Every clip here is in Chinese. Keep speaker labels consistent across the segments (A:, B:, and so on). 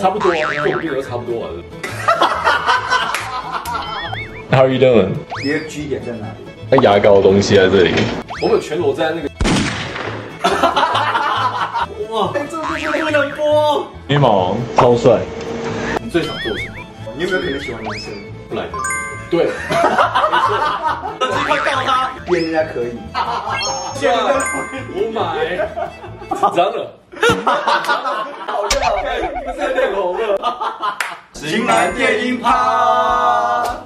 A: 差不多，跟我病都差不多了。
B: How are you doing？
C: 你的据点在哪里？
B: 那哎牙膏的东西在这里。
A: 我们全裸在那个，
C: 哎、这个故事不能播。
B: 羽毛超帅，
A: 你最想做什么？
C: 你有没有很喜欢男生？
A: 不来的，对，
C: 骗人家可以，
A: 我 买，紧张了，
C: 好热哦！
A: 不是脸红了，
C: 型男电音趴，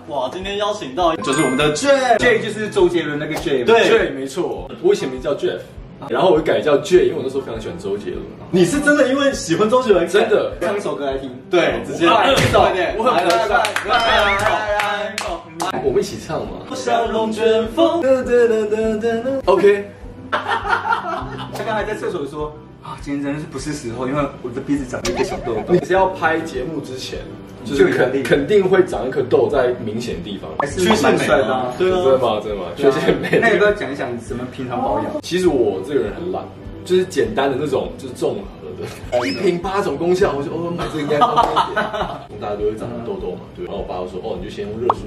D: 哇，今天邀请到
A: 就是我们的
C: J J 就是周杰伦那个 J，嘛
D: 对
A: 对，没错，我以前名叫 Jeff，然后我改叫 J，因为我那时候非常喜欢周杰伦，
D: 你是真的因为喜欢周杰伦，
A: 真的。
C: 唱一首歌来听。
D: 对，直接
A: 快
D: 快点，
A: 我很
D: 来来来来来来来来，
A: 我们一起唱嘛
D: 像龙卷风。
A: ，OK，
C: 他刚才在厕所说啊，今天真的是不是时候，因为我的鼻子长了一个小痘痘
A: 你。是要拍节目之前，就是肯肯定会长一颗痘在明显的地方，
C: 还是蛮帅的啊。
D: 对
A: 真的
D: 啊，
A: 吗？真的吗？学姐妹，
C: 那你不要讲一讲你怎么平常保养？
A: 其实我这个人很懒，就是简单的那种，就是综
C: 哎
A: 合的，一瓶八种功效，我就哦买这个应该方便 一点。大家都会长痘痘嘛，对。然后我爸就说，哦，你就先用热水，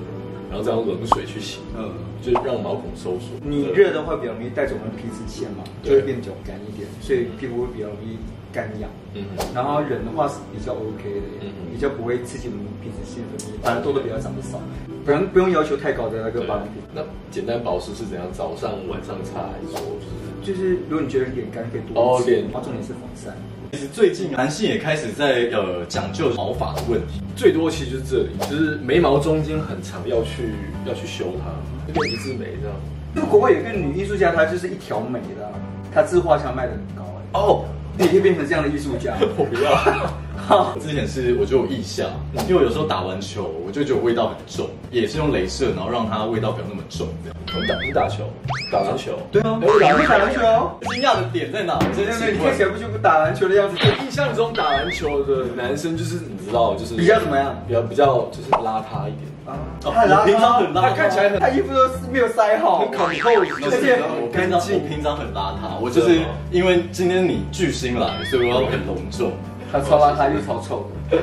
A: 然后再用冷水去洗，
C: 嗯，
A: 就是让毛孔收缩。
C: 你
A: 对
C: 热的话比较容易带走我们的皮脂腺嘛，就
A: 对
C: 会变酒干一点，所以皮肤会比较容易干痒。
A: 嗯，
C: 然后人的话是比较 OK
A: 嗯
C: 的，
A: 嗯
C: 比较不会刺激我们皮脂腺分泌，反而痘痘比较长得少，
A: 嗯
C: 不用不用要求太高的那个
A: 对
C: 保养品。
A: 那简单保湿是怎样？早上、晚上擦还是说就是？
C: 就是如果你觉得脸干可以多
A: 哦脸
C: 然后重点是防晒。
D: 其实最近男性也开始在呃讲究毛发的问题，
A: 最多其实就是这里，就是眉毛中间很长，要去要去修它，就变一字眉这样。
C: 那国外有一个女艺术家，她就是一条眉的啊，她自画像卖的很高哎、
A: 哦，
C: 你也可以变成这样的艺术家。
A: 我不要。
D: 我之前是我就有腋下，因为我有时候打完球，我就觉得味道很重，也是用镭射，然后让它味道不要那么重。这样
A: 你打你打球，打篮球。
C: 对啊，
A: 哎我打
C: 你会打篮球？啊
D: 惊讶的点在哪？我
C: 对
D: 真的
C: 对
D: 是
C: 对，你看起来不就不打篮球的样子？
A: 我印象中打篮球的男生就是你知道，就是
C: 比较怎么样
A: 比较比较就是邋遢一点，
C: 啊，
D: 哦
C: 太邋遢
D: 我平常很邋遢
C: 她看起来很，她衣服都是没有塞好，
A: 很口厚，
D: 就
A: 就是是
D: 我平常我平常很邋遢，我就是因为今天你巨星来，所以我要很隆重。
C: 她超邋遢又超臭的。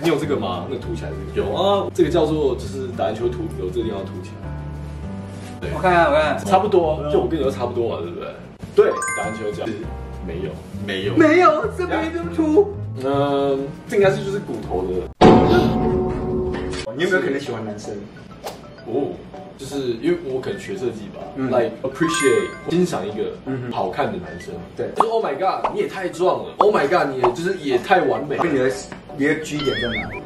A: 你有这个吗？那个凸起来这个有啊，这个叫做就是打篮球凸，有这个地方凸起来，
C: 我看看，我看看，
A: 哦差不多，啊就我跟你都差不多嘛，啊对不对？对，打篮球这样是没有，
D: 没有，
C: 没有，这边这么秃。
A: 嗯，这应该是就是骨头的
C: 你有没有可能喜欢男生？
A: 哦，就是因为我可能学设计吧、
C: 嗯
A: l i k e appreciate 欣赏一个
C: 嗯哼
A: 好看的男生，
C: 对
A: 就是 Oh my God，你也太壮了，Oh my God，你也就是也太完美了
C: 那。你的你的据点在哪里？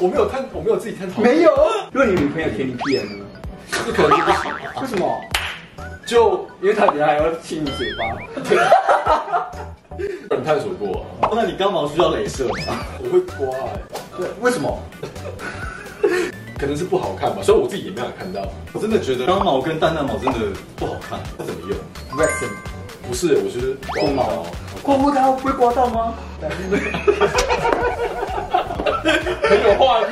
A: 我没有探，我没有自己探讨，
C: 没有。如果你女朋友舔你屁眼呢？
A: 这可能就不行。
C: 为什么？
A: 就
C: 因为她等下还要亲你嘴巴。
A: 有人探索过、啊，
D: 哦那你刚毛需要镭射吗？
A: 我会脱啊、
C: 对，为什么？
A: 可能是不好看吧，所以我自己也没有看到。
D: 我真的觉得刚毛跟蛋蛋毛真的不好 看，不怎么用。
C: Rex，
A: 不是，我就是
C: 刮
A: 光
C: 毛
A: 毛，，
C: 刮胡刀不会刮到吗？
A: 很有画面，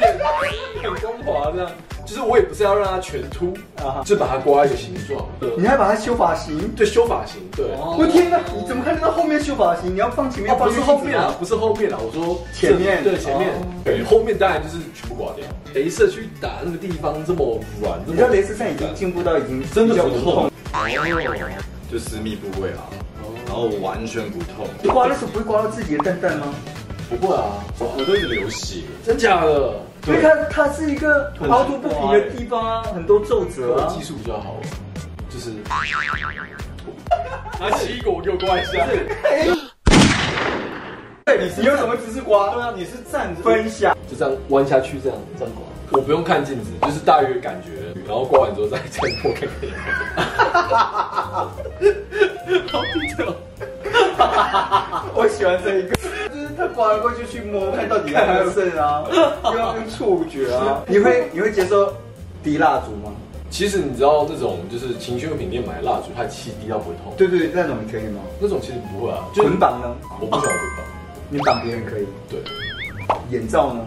A: 很光滑这样。就是我也不是要让它全秃
C: 啊哈，
A: 就把它刮一个形状。
C: 你还把它修发型？
A: 对，修发型，对。
C: 我天哪，你怎么看得到后面修发型？你要放前面，
A: 哦，不是
C: 放
A: 后面啊，不是后面啊，我说
C: 前面
A: 对前面
C: 哦，
A: 对后面当然就是全部刮掉。镭射去打那个地方这么软，这
C: 你知道
A: 么
C: 蕾丝上已经进步到已经
D: 真的
C: 比较
D: 不痛，就私密部位啊，然后完全不痛，
C: 你刮的时候不会刮到自己的蛋蛋吗？
A: 不会啊，
D: 我都一直流血。
A: 真假的？
C: 因为它它是一个
D: 很
C: 凹凸不平的地方啊，很多皱褶
A: 我
C: 啊。
A: 技术比较好，就是。 拿奇异果给我刮一下，
C: 对，你有什么姿势刮？
D: 啊，你是站着
C: 分享。
A: 就这样弯下去，这样这样刮。我不用看镜子，就是大约感觉，然后刮完之后再再摸看看。好低调，
C: 我喜欢这一个，就是他刮了过去去摸，看到底有没有剩 啊，又要用触觉啊。你会你会接受滴蜡烛吗？
A: 其实你知道那种就是情趣用品店买蜡烛，它气滴到不会痛，
C: 对对，那种你可以吗？
A: 那种其实不会啊。就是
C: 捆绑呢？
A: 我不喜欢捆绑，
C: 你绑别人可以，
A: 对，
C: 眼罩呢？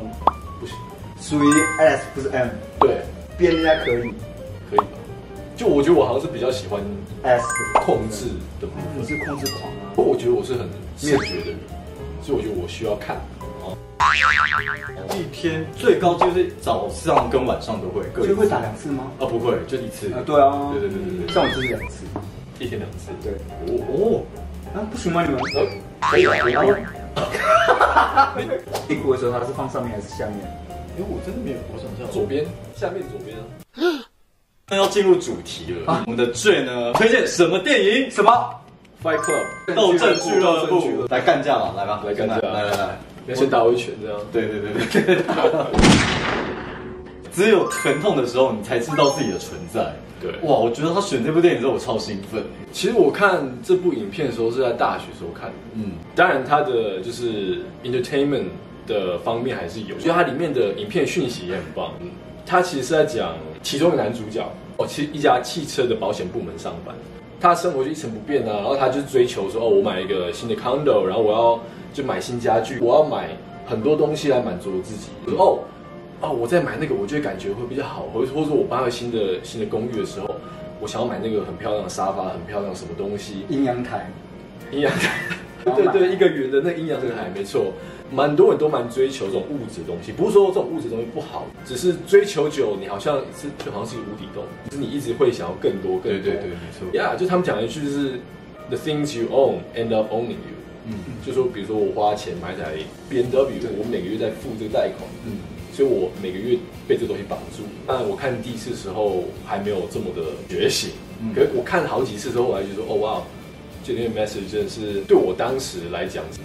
A: 不行，
C: 属于 S 不是 M，
A: 对，
C: 编人家可以，
A: 可以吧？就我觉得我好像是比较喜欢
C: S
A: 控制的部分，
C: 你是控制狂啊？
A: 我觉得我是很视觉的人，所以我觉得我需要看。
D: 一天最高就是早上跟晚上都会各一
C: 就
D: 次
C: 会打两次吗？
D: 啊，不会，就一次。
C: 啊，对啊，
D: 对对对对对，
C: 像我就是两次。
A: 一天两次，
C: 对，
A: 哦
C: 啊，不行吗你们？
A: 哦，可以
C: 哎
A: 啊，可以 啊。
C: 屁股的时候它是放上面还是下面？
D: 哎，我真的没有，我想一下，
A: 左边，下面左边啊，
D: 那要进入主题了。我们的最呢，推荐啊什么电影？
C: 什么？
A: 《Fight Club》
D: 斗阵俱乐
A: 斗阵俱
D: 部，来干架了，来吧，
A: 来干架
D: 来来来，
A: 要先打我一拳这样。
D: 对对对对。 只有疼痛的时候，你才知道自己的存在。
A: 对
D: 哇，我觉得他选这部电影之后，我超兴奋。
A: 其实我看这部影片的时候是在大学时候看的，
D: 嗯，
A: 当然它的就是 entertainment 的方面还是有，就它里面的影片讯息也很棒。嗯它其实是在讲其中的男主角哦，其实一家汽车的保险部门上班，他的生活就一成不变啊，然后他就追求说哦，我买一个新的 condo，然后我要就买新家具，我要买很多东西来满足我自己。就是哦哦，我在买那个，我就会感觉会比较好，或者或者我搬到新的新的公寓的时候，我想要买那个很漂亮的沙发，很漂亮什么东西，
C: 阴阳台。
A: 阴阳台， 对对，一个圆的那阴阳台，没错，蛮多人都蛮追求这种物质的东西，不是说这种物质的东西不好，只是追求久，你好像是就好像是一个无底洞，就是你一直会想要更多更
D: 对
A: 多。
D: 对对，没错。
A: 呀就他们讲了一句就是 the things you own end up owning you，
D: 嗯
A: 就说比如说我花钱买台 B N W，我每个月在付这个贷款，
D: 嗯，
A: 所以我每个月被这东西绑住。但我看第一次时候还没有这么的觉醒，
D: 嗯
A: 可是我看了好几次之后，我还觉得说，哦哇，这篇 message 真的是对我当时来讲是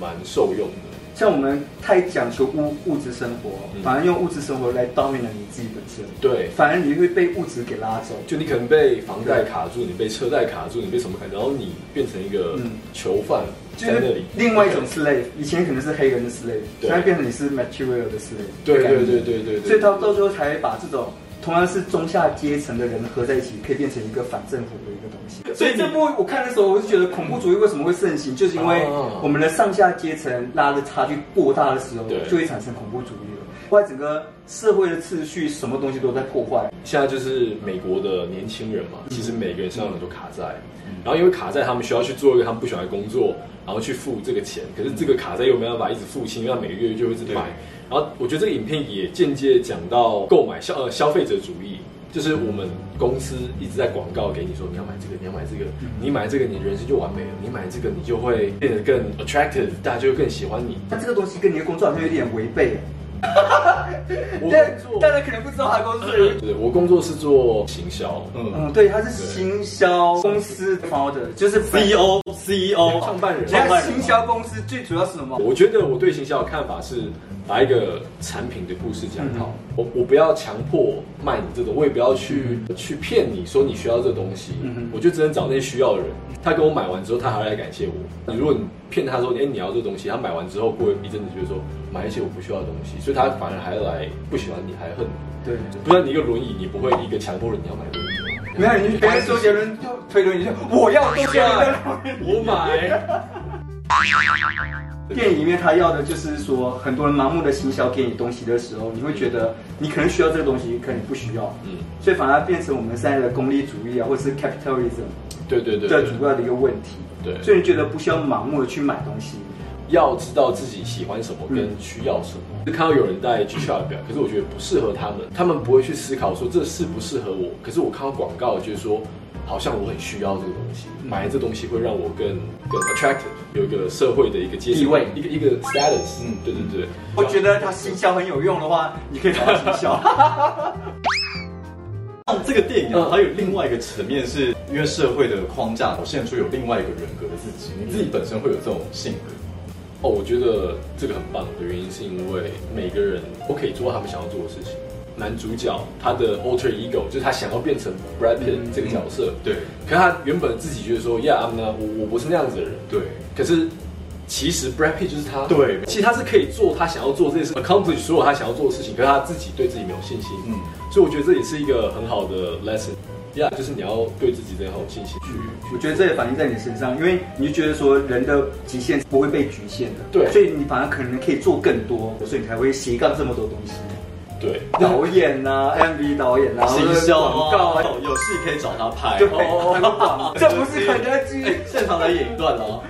A: 蛮受用的。
C: 像我们太讲求物物质生活，反而用物质生活来 dominate 你自己本身，
A: 对，
C: 反而你会被物质给拉走。
A: 就你可能被房贷卡住，你被车贷卡住，你被什么卡，然后你变成一个
C: 嗯
A: 囚犯
C: 就
A: 在那
C: 是
A: 里。
C: 另外一种 slave，以前可能是黑人的 slave，
A: 对
C: 现在变成你是 material 的 slave。
A: 对对对对对对对
C: 所以到到最后才会把这种同样是中下阶层的人合在一起，可以变成一个反政府的一个东西。所以这部我看的时候，我就觉得恐怖主义为什么会盛行，就是因为
A: 哦
C: 我们的上下阶层拉的差距过大的时候
A: 对，
C: 就会产生恐怖主义了。后来整个社会的秩序，什么东西都在破坏。
A: 现在就是美国的年轻人嘛，
D: 嗯
A: 其实每个人身上都卡债，然后因为卡债，他们需要去做一个他们不喜欢的工作，然后去付这个钱。可是这个卡债又没办法一直付清，因为他每个月就会一直买。
D: 嗯
A: 然后我觉得这个影片也间接讲到购买消呃消费者主义，就是我们公司一直在广告给你说你要买这个，你要买这个，
D: 嗯
A: 你买这个你人生就完美了，你买这个你就会变得更 attractive，大家就会更喜欢 你。
C: 但这个东西跟你的工作好像有点违背。
A: 我
C: 但
A: 工
C: 大
A: 作，
C: 家可能不知道他的公司有一
A: 对我工作是做行销，
D: 嗯
C: 嗯，对，他是行销公司 founder，就是
A: E
D: ，CEO CEO
A: 创办人
C: 人
D: 创
C: 家
D: 办人
C: 行销公司最主要是什么？
A: 我觉得我对行销的看法是，把一个产品的故事讲好。
C: 嗯
A: 我我不要强迫卖你这种，我也不要去、去骗你说你需要这个东西。
C: 嗯嗯哼
A: 我就只能找那些需要的人。他跟我买完之后，他还会来感谢我。如果你骗他说，哎、你要这个东西，他买完之后过一阵子就会说买一些我不需要的东西，所以他反而还来不喜欢你，还恨你。
C: 对。
A: 不然你一个轮椅，你不会一个强迫人你要买轮椅。
C: 没有，你别人周杰伦就推轮椅，就 我要周杰伦的轮椅。
A: 我买。
C: 电影里面他要的就是说，很多人盲目的行销给你东西的时候，你会觉得你可能需要这个东西，可能你不需要，
A: 嗯，
C: 所以反而变成我们现在的功利主义啊，或者是 capitalism
A: 对对对
C: 的
A: 对，
C: 主要的一个问题。
A: 嗯对
C: 所以你觉得不需要盲目的去买东西，
A: 要知道自己喜欢什么跟需要什么。
C: 嗯
A: 就看到有人戴 G Shock 表，可是我觉得不适合他们，他们不会去思考说这适不适合我。可是我看到广告，我觉得说好像我很需要这个东西，
C: 嗯
A: 买这东西会让我更更 attractive，有一个社会的一个阶层
C: 地位
A: 一个一个 status。嗯
D: 嗯，
A: 对对对，
C: 我觉得他行销很有用的话，你可以找他行销。
D: 像这个电影啊
A: 嗯，
D: 它有另外一个层面是，因为社会的框架表现出有另外一个人格的自己，你自己本身会有这种性格。
A: 哦，我觉得这个很棒的原因是因为每个人都可以做他们想要做的事情。男主角他的 alter ego 就是他想要变成 Brad Pitt 这个角色，
C: 嗯
D: 对
A: 可他原本自己觉得说，Yeah，I'm not，我我不是那样子的人。
D: 对
A: 可是其实 Brad Pitt 就是他，
D: 对
A: 其实他是可以做他想要做这件事，accomplish 所有他想要做的事情，可是他自己对自己没有信心。嗯
D: 嗯，
A: 所以我觉得这也是一个很好的 lesson。Yeah，就是你要对自己真的很有信心去。
C: 我觉得这也反映在你身上，因为你就觉得说人的极限不会被局限的，
A: 对
C: 所以你反而可能可以做更多，所以你才会斜杠这么多东西。
A: 对，
C: 导演呐、MV 导演呐、
D: 行销啊
C: 广告啊，
D: 有戏可以找他拍，
C: 对，
D: 哦
C: 还有广这不是肯德基，
D: 现场来演一段哦。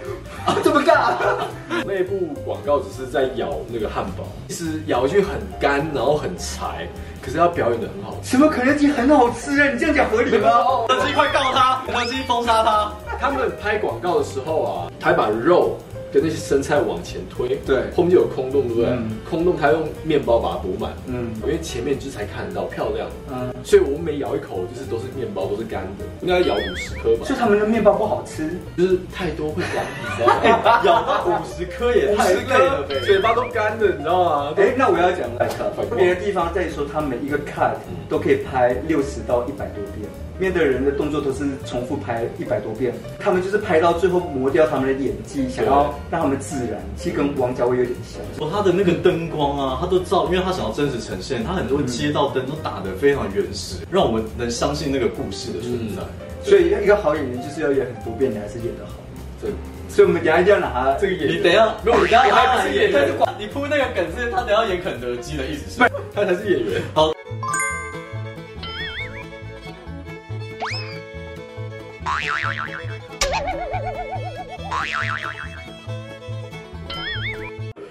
C: 啊这么尬。
A: 内部广告只是在咬那个汉堡，其实咬一句很干，然后很柴，可是它表演的很好吃。
C: 什么肯德基很好吃啊？你这样讲合理
D: 哦
C: 吗？
D: 肯德基快告他，肯德基封杀他。
A: 他们拍广告的时候啊，他还把肉跟那些生菜往前推，
C: 对
A: 后面就有空洞，对不对？
C: 嗯
A: 空洞他用面包把它补满，
C: 嗯
A: 因为前面就是才看得到漂亮，
C: 嗯，
A: 所以我每咬一口就是都是面包，都是干的，应该咬五十颗吧，
C: 就他们的面包不好吃，
A: 就是太多会干，你知道吗？
D: 哎咬到五十颗也 太累了呗。
A: 嘴巴都干的，你知道吗？
C: 哎，那我要讲了
A: 反，光
C: 别的地方在于说，他每一个 cut
D: 嗯
C: 都可以拍六十到一百多遍，面对人的动作都是重复拍一百多遍，他们就是拍到最后磨掉他们的演技，想要让他们自然，其实跟王家卫有点像。
D: 哦，他的那个灯光啊，他都照，因为他想要真实呈现，他很多街道灯都打得非常原始，让我们能相信那个故事的存在。
C: 所以一个好演员就是要演很多遍，你还是演得好。
A: 这
C: 所以我们等一下一定要拿这个演
D: 你
C: 员。
D: 等一下，没有，你等一下
A: 他还不是演员
D: 他广你铺那个梗是，他等一下演肯德基的意思是？
A: 他才是演员。
D: 好，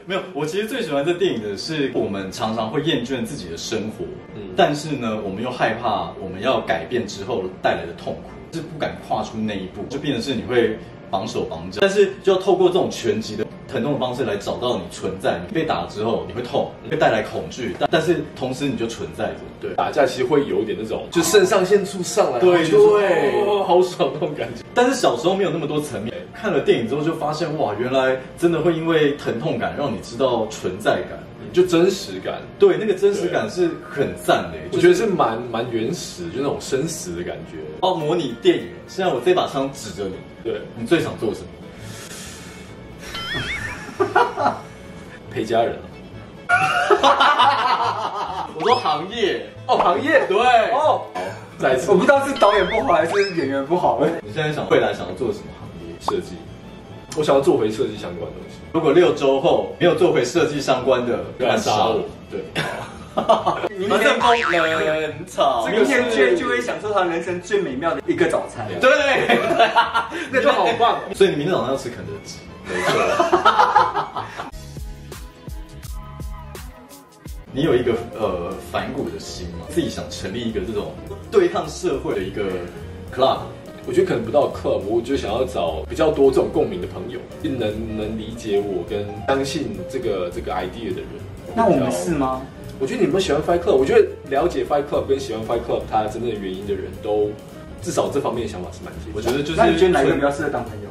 D: 没有，我其实最喜欢这电影的是，我们常常会厌倦自己的生活，
A: 嗯
D: 但是呢，我们又害怕我们要改变之后带来的痛苦，是不敢跨出那一步，就变成是你会绑手绑脚，但是就要透过这种拳击的疼痛的方式来找到你存在。你被打之后，你会痛，会带来恐惧，但但是同时你就存在着。
A: 对，打架其实会有点那种，就肾上腺素上来，
D: 对
A: 就说
D: 对
A: 哦好爽那种感觉。
D: 但是小时候没有那么多层面，看了电影之后就发现，哇，原来真的会因为疼痛感让你知道存在感。
A: 就真实感，
D: 对，那个真实感是很赞的。
A: 我觉得是蛮蛮原始，就那种生死的感觉。
D: 哦，模拟电影，现在我这把枪指着你，
A: 对，
D: 你最想做什么？
A: 陪家人。
D: 我说行业，
C: 哦，行业
D: 对。
C: 哦，
A: 再一次
C: 我，不知道是导演不好还是演员不好。
D: 你现在想未来想要做什么行业？
A: 设计，我想要做回设计相关的东西。
D: 如果六周后没有做回设计相关的，
A: 不然杀我。
D: 对，
C: 明
D: 反正
C: 天
D: 风冷草
C: 明天
A: 这个
C: 就就会享受他人生最美妙的一个早餐。
D: 对，
C: 那就好棒哦。
D: 所以你明天早上要吃肯德基。
A: 没错，
D: 你有一个呃反骨的心吗？自己想成立一个这种对抗社会的一个 club，
A: 我觉得可能不到 club，我就想要找比较多这种共鸣的朋友，能能理解我跟相信这个这个 idea 的人。
C: 那我们是？吗？
A: 我觉得你们喜欢 Fight Club，我觉得了解 Fight Club 跟喜欢 Fight Club 它真正的原因的人都，至少这方面的想法是蛮接近的。
D: 我觉得就是
C: 那你觉得哪一个比较
D: 纯
C: 适合当朋友？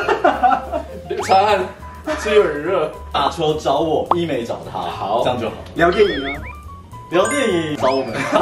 A: 流擦汗， 是有点热。
D: 打球找我，医美找他，
A: 好
D: 这样就好。
C: 聊电影啊呢？
D: 聊电影找我们。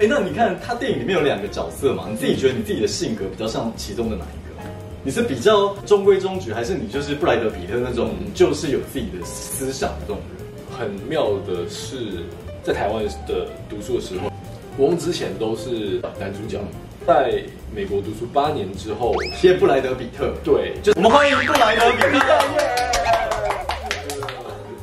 D: 哎、那你看他电影里面有两个角色嘛，你自己觉得你自己的性格比较像其中的哪一个？你是比较中规中矩，还是你就是布莱德比特那种，就是有自己的思想的这种人？
A: 很妙的是，在台湾的读书的时候，国中之前都是男主角，在美国读书八年之后，
D: 谢谢布莱德比特，
A: 对，就
D: 我们欢迎布莱德比特。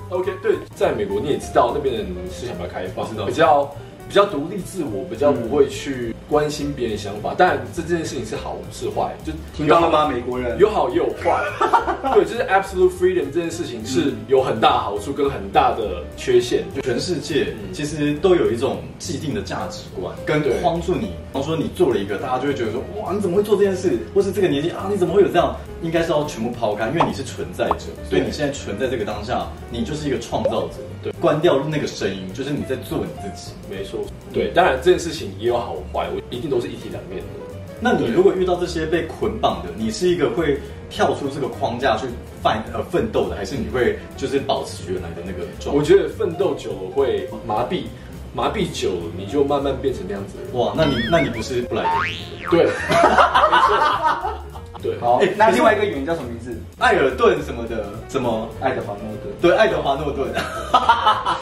A: OK，对，在美国你也知道那边的人思想比较开放，
D: 知道
C: 嗯
A: 比较比较独立自我，比较不会去关心别人想法。当然，这件事情是好是坏，就
C: 听到了吗，美国人？
A: 有好也有坏， 对，就是 absolute freedom 这件事情是
C: 嗯
A: 有很大的好处跟很大的缺陷。就
D: 全世界其实都有一种既定的价值观，跟
A: 嗯对
D: 框住你。比方说你做了一个，大家就会觉得说，哇，你怎么会做这件事？或是这个年纪啊，你怎么会有这样？应该是要全部抛开，因为你是存在者，所以你现在存在这个当下，你就是一个创造者。
A: 对，
D: 关掉那个声音，就是你在做你自己。
A: 没错，对，当然这件事情也有好坏，我一定都是一体两面的。
D: 那你如果遇到这些被捆绑的，你是一个会跳出这个框架去奋呃奋斗的，还是你会就是保持原来的那个状
A: 我
D: 态？
A: 觉得奋斗久了会麻痹，麻痹久了你就慢慢变成那样子的人。
D: 哇，那你那你不是布莱德？
A: 对，没 错，对，
C: 好
D: 哎，
C: 那
D: 可是
C: 另外一个演员叫什么名字？
D: 艾尔顿什么的，什么？
C: 爱德华诺顿。
D: 对，爱德华诺 顿。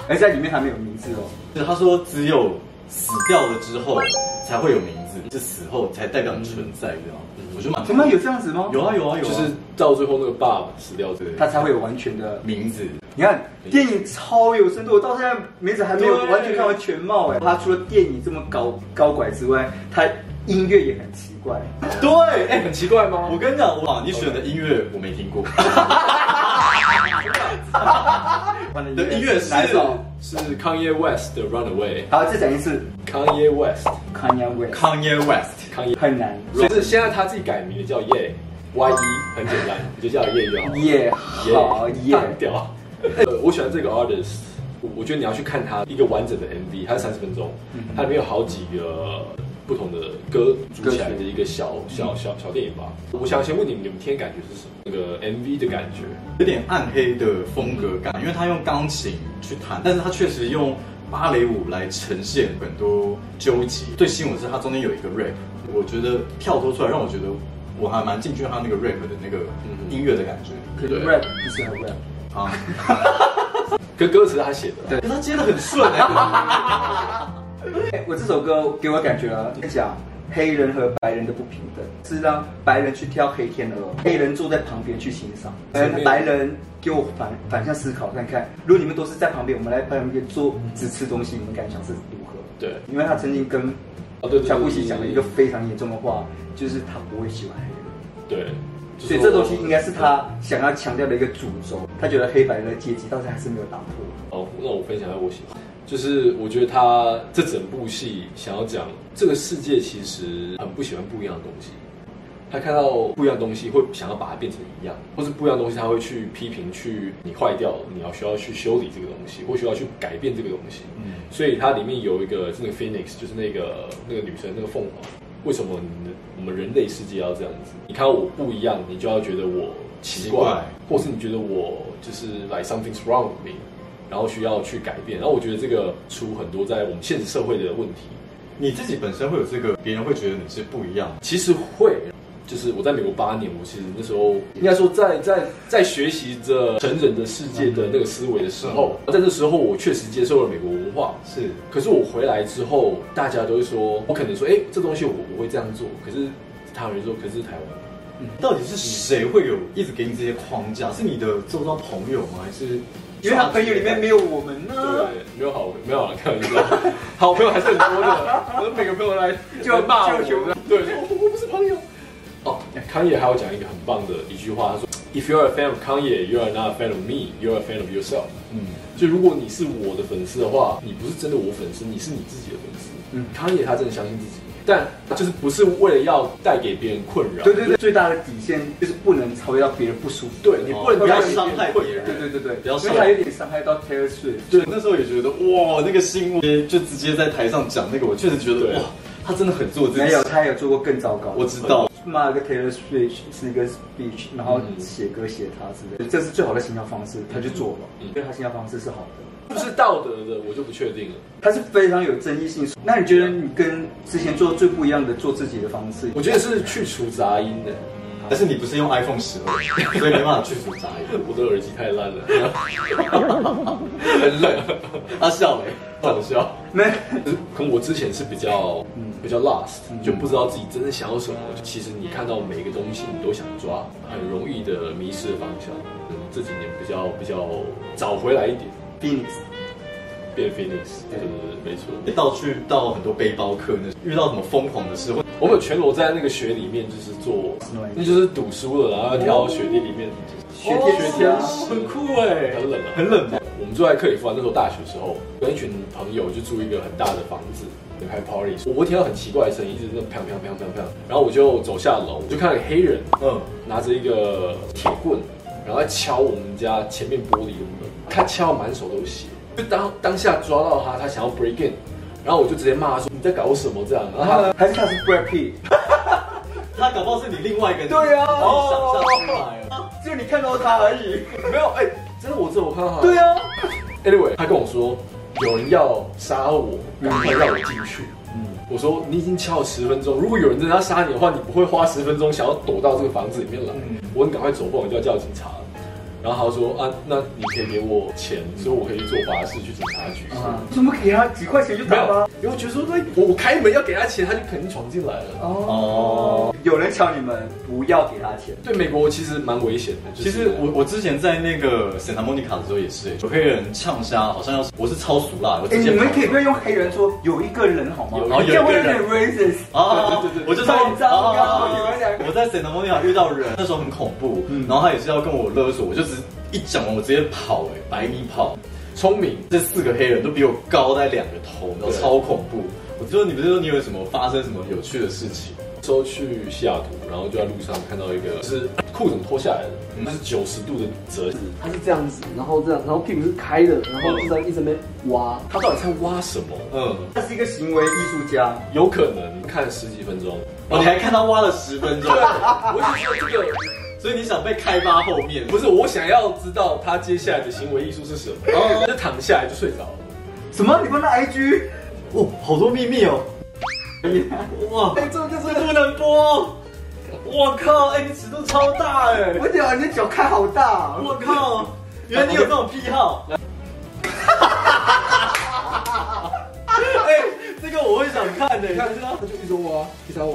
C: 而在里面还没有名字哦。
D: 他说只有死掉了之后才会有名字，是死后才代表你存在这样。我觉得蛮
C: 什么有这样子吗？
D: 嗯有啊有啊有啊，
A: 就是到最后那个爸爸死掉这个，
C: 他才会有完全的。
D: 名字
C: 你看电影超有深度，我到现在为止还没有
D: 对
C: 完全看完全貌哎。他除了电影这么高高拐之外，他音乐也很奇怪。
D: 对，哎、
A: 很奇怪吗
D: 我？跟你讲，哇，你选的音乐我没听过，
C: 你
D: 你的音乐是
C: 哪一首？
A: 是 Kanye West 的 Runaway，Kanye
C: 好，再讲一次
A: West，
C: ，Kanye West
D: Kanye West，
A: 康耶。
C: 很难。
A: 所以是现在他自己改名了，叫耶，Y E，很简单，你就叫耶就好。
C: 耶，好耶，
A: 很屌。 呃，我喜欢这个 artist，我我觉得你要去看他一个完整的 MV，它是三十分钟，
C: 嗯
A: 它里面有好几个不同的歌组起来的一个小
C: 嗯
A: 小小小电影吧。我想先问你们，你们听的感觉是什么？那个 MV 的感觉，
D: 有点暗黑的风格感，因为他用钢琴去弹，但是他确实用芭蕾舞来呈现很多纠结。最吸引我的是他中间有一个 rap，我觉得跳脱出来让我觉得我还蛮进去他那个 rap 的那个音乐的感觉。
C: 可是 rap 不是很 rap。
D: 啊，
A: 跟歌词是他写的，
D: 可是他接的很顺、欸，
C: 哎我这首歌给我感觉啊，在讲黑人和白人的不平等，是让白人去挑黑天鹅，黑人坐在旁边去欣赏。
A: 前面
C: 白白人给我反反向思考看看，如果你们都是在旁边，我们来旁边坐
A: 嗯
C: 只吃东西，你们感想是如何？
A: 对，
C: 因为他曾经跟
A: 哦对对对
C: 小布希讲了一个非常严重的话，就是他不会喜欢黑人。
A: 对，就
C: 所以
A: 说
C: 这东西应该是他想要强调的一个主轴，他觉得黑白人的阶级到现在还是没有打破。
A: 哦，那我分享一下我喜欢，就是我觉得他这整部戏想要讲这个世界其实很不喜欢不一样的东西，他看到不一样的东西会想要把它变成一样，或是不一样的东西他会去批评，去你坏掉了，你要需要去修理这个东西，或需要去改变这个东西。
D: 嗯
A: 所以它里面有一个是那个 Phoenix，就是那个那个女生那个凤凰，为什么你的我们人类世界要这样子？你看到我不一样，你就要觉得我奇怪，
D: 奇怪
A: 或是你觉得我就是 like something's wrong with me，然后需要去改变。然后我觉得这个出很多在我们现实社会的问题，
D: 你自己本身会有这个，别人会觉得你是不一样的。
A: 其实会，就是我在美国八年，我其实那时候应该说在在在学习着成人的世界的那个思维的时候，在这时候我确实接受了美国文化。
D: 是，
A: 可是我回来之后，大家都会说，我可能说，哎、这东西我我会这样做，可是他们就说，可是台湾。
D: 到底是谁会有一直给你这些框架？是你的周遭朋友吗？还是
C: 因为他朋友里面没有我们呢、
A: 对，没有好，没有好，开玩笑，好朋友还是很多的，我每个朋友来
C: 就
A: 来骂我
C: 就熊了，
A: 对，说我我不是朋友。哦，康也还有讲一个很棒的一句话，他 说，If you're a fan of Kanye, you are not a fan of me, you're a fan of yourself。
D: 嗯，
A: 就如果你是我的粉丝的话，你不是真的我粉丝，你是你自己的粉丝。嗯
C: 嗯，
A: 康也他真的相信自己，但就是不是为了要带给别人困扰。
C: 对对对，最大的底线就是不能超越到别人不舒服。哦
A: 对你不能
D: 不要
A: 让
D: 伤害别人
C: 对对对对，
D: 不要
C: 因
D: 伤
C: 为他
D: 害
C: 有点伤害到 Taylor Swift。
D: 对，那时候也觉得哇，那个新闻就直接在台上讲那个，我确实觉
A: 对
D: 得哇，他真的很做自己。
C: 没有，他有做过更糟糕。
D: 我知道，
C: 骂一个 Taylor Swift 是一个 speech，然后写歌写他之类的，这是最好的行销方式，他就做了，
A: 嗯
C: 因为他行销方式是好的，
A: 是不是道德的，我就不确定了。
C: 他是非常有争议性。那你觉得你跟之前做最不一样的做自己的方式？
A: 我觉得是去除杂音的，
D: 但是你不是用 iPhone 十二，所以没办法去复杂 音。
A: 我的耳机太烂 了，很冷，
D: 他笑了，
A: 好笑。
C: 没，
A: 可能我之前是比较嗯比较 lost，就
C: 嗯
A: 不知道自己真正想要什么。其实你看到每一个东西，你都想抓，很容易的迷失了方向。嗯这几年比较比较找回来一点，
C: Phoenix
A: 变 Phoenix，对
C: 对
A: 对对，没错。
D: 哎到去到很多背包客那，遇到什么疯狂的事，或
A: 我们有全裸在那个雪里面就是做，那就是赌输了，然后跳到雪地里面，哦
C: 雪天
A: 雪
C: 使
A: 天
C: 啊，
A: 使很酷哎，很冷啊，
D: 很冷的。
A: 我们住在克利夫兰那时候大学的时候，跟一群朋友就住一个很大的房子，就开 party。我我听到很奇怪的声音，就是那种砰砰砰砰砰，然后我就走下楼，我就看到一个黑人
D: 嗯，
A: 拿着一个铁棍，然后在敲我们家前面玻璃的门，他敲满手都是血。就当当下抓到他，他想要 break in，然后我就直接骂他说你在搞什么这样，然后他。
C: 还是他是 Brad Pitt？
D: 他搞不好是你另外一个人
C: 对啊
D: 哦，想象出来了。
C: 只有你看到他而已。
A: 没有，哎、真的我只有看到他。
C: 对啊，
A: Anyway，他跟我说有人要杀我，赶快让我进去。嗯，我说你已经敲了十分钟，如果有人真的要杀
D: 嗯
A: 你的话，你不会花十分钟想要躲到这个房子里面来。我说你赶快走，不然我就要叫警察了。然后他说啊，那你可以给我钱，
D: 嗯
A: 所以我可以去做法事，去警察局。
C: 啊，怎么给他几块钱就
A: 哦没有
C: 打吧？，
A: 因为我觉得说，那我我开门要给他钱，他就肯定闯进来了。
C: 哦，有人抢你们，不要给他钱。
A: 对美国其实蛮危险的。就是
D: 其实我我之前在那个 Santa Monica 的时候也是、欸有黑人呛虾，好像要是我是超俗辣，我
C: 哎，
D: 直接
C: 你们
D: 跑
C: 可以不要用黑人说有一个人好吗？
D: 有有一个人
C: 这样会有点 racist。
D: 啊，
A: 对对对对
D: 我哦就啊
C: 很糟糕你们两个
D: 我在 Santa Monica 遇到人，那时候很恐怖，然后他也是要跟我勒索，我就只一讲完我直接跑、哎，百米跑。
A: 聪明，
D: 这四个黑人都比我高在两个头，你知道
A: 对
D: 超恐怖。我就说你不是说你有什么发生什么有趣的事情？
A: 那时候去西雅图，然后就在路上看到一个，就是裤子脱下来的，
D: 嗯
A: 那是九十度的折，
E: 他是这样子，然后这样，然后屁股是开的，然后就在一直在那边挖。
A: 他到底在挖什么？
D: 嗯，
C: 他是一个行为艺术家，
A: 有可能看十几分钟，
D: 我
B: 哦
D: 还看他挖了十分钟，
A: 我只觉得这个
D: 所以你想被开发后面
A: 不是我想要知道他接下来的行为艺术是什么，然
B: 哦
A: 后就躺下来就睡着了。
C: 什么？你们的 IG？
D: 哦，好多秘密哦！哇，
C: 哎，这个就是
D: 不能播！我靠，哎、你尺度超大哎、
C: 我讲你的脚开好大啊，
D: 我靠，原来你有这种癖好！哎、这个我会想看的、你知道？
E: 他就一直
C: 啊
E: 挖，一直在挖。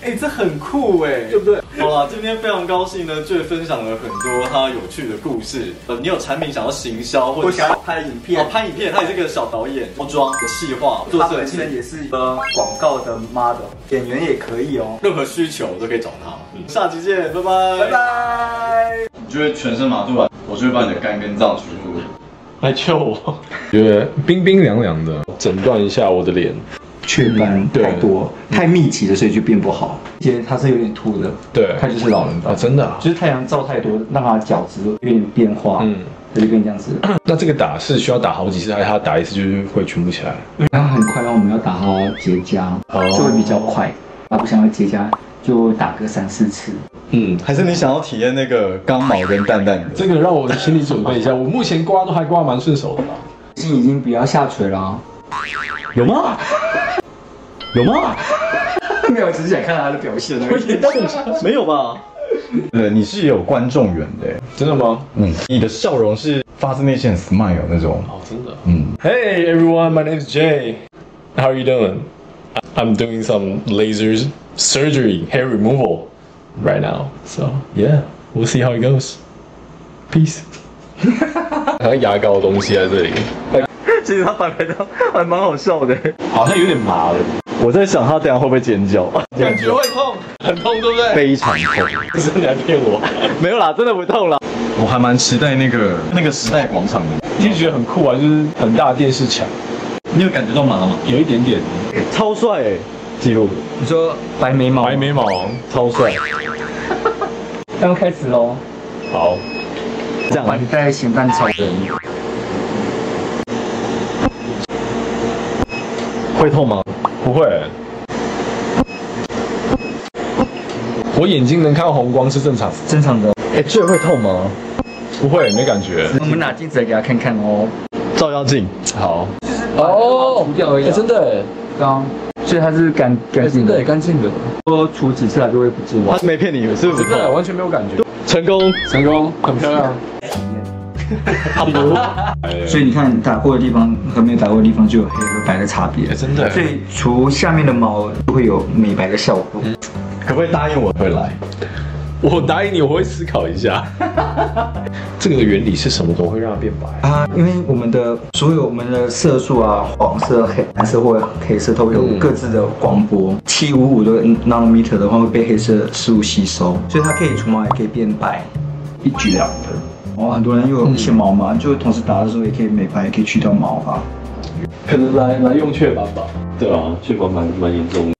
D: 哎、这很酷哎、
E: 对不对？
D: 好了，今天非常高兴呢，就分享了很多他有趣的故事。呃，你有产品想要行销，或
C: 我
D: 者
C: 想要拍影片
D: 哦，。拍影片，他也是个小导演，包装、企划、做
C: 他
D: 设
C: 本
D: 计，
C: 身也是一个广告的 model，演员也可以哦。
D: 任何需求都可以找他。下期见，拜拜。
C: 拜。拜。
D: 你就会全身麻醉完，我就会把你的肝跟脏取出。
B: 来救我！觉得冰冰凉凉的，诊断一下我的脸。
C: 雀斑
B: 对
C: 太多、太密集了，所以就变不好。其实它是有点秃的，
B: 对
C: 它就是老人斑
B: 啊，，真的、啊。
C: 就是太阳照太多，让它角质有点变化，嗯
B: 嗯，
C: 它就变这样子。
B: 那这个打是需要打好几次，还是他打一次就是会全部起来？
C: 然后很快让我们要打好结痂，
B: 哦
C: 就会比较快。啊，不想要结痂就打个三四次。
B: 嗯，
D: 还是你想要体验那个刚毛跟蛋蛋的？
B: 这个让我心理准备一下。我目前刮都还刮蛮顺手的啦。
C: 心已经比较下垂了、啊，
B: 有吗？ 有吗？
C: 没有，只是想看他的表现而已。
D: 没有吧？呃，你是有观众缘的，
B: 真的吗？
D: 嗯，你的笑容是发自内心的 smile 那种。
B: 哦，真的。
D: 嗯
B: Hey everyone, my name is Jay. How are you doing? I'm doing some laser surgery, hair removal right now. So yeah, we'll see how it goes. Peace. 好像牙膏的东西在这里，
D: 其实他反白到还蛮好笑的，
B: 好像有点麻了，
D: 我在想他等下会不会尖叫，
B: 感觉会痛，很痛，对不对？
D: 非常痛。
B: 你还骗我，
D: 没有啦，真的不痛啦。我还蛮期待那个那个时代广场的，
B: 就觉得很酷啊，就是很大的电视墙，
D: 你有感觉到麻吗？
B: 有一点点
D: 超帅哎，记录
C: 你说白眉毛，
B: 白眉毛，
D: 超帅，
C: 刚开始喽，
B: 好，
D: 这样
C: 把你带咸蛋超人，
D: 会痛吗？
B: 不会。我眼睛能看到红光是正常的，
C: 正常的。
D: 哎，这会痛吗？
B: 不会，没感觉。
C: 我们拿镜子来给他看看哦。
D: 照妖镜。
B: 好，
C: 哦，涂掉而已、
B: 哎真
C: 的，
B: 的
C: 刚，所以它是干干
B: 哎，真
C: 净的。
B: 的哎干净的，
C: 多除几次它就会不治
D: 他
C: 了。
D: 是没骗你，是不是
B: 真？的完全没有感觉，
D: 成功。
B: 成功，很漂亮。 哎
C: 所以你看，打过的地方和没打过的地方就有黑和白的差别
B: 哎，。真的
C: 所以除下面的毛就会有美白的效果。
D: 可不可以答应我会来？
B: 我答应你，我会思考一下。 这个的原理是什么？怎么会让它变白？
C: 啊，因为我们的所有我们的色素啊，黄色、黑蓝色或黑色都会有各自的光波，七五五的 nanometer 的话会被黑色事物吸收，所以它可以除毛也可以变白，一举两得。然后很多人又有线毛嘛，就同时打的时候也可以美白，也可以去掉毛发。
B: 可能来来用雀斑吧。
F: 对啊，雀斑蛮蛮严重的。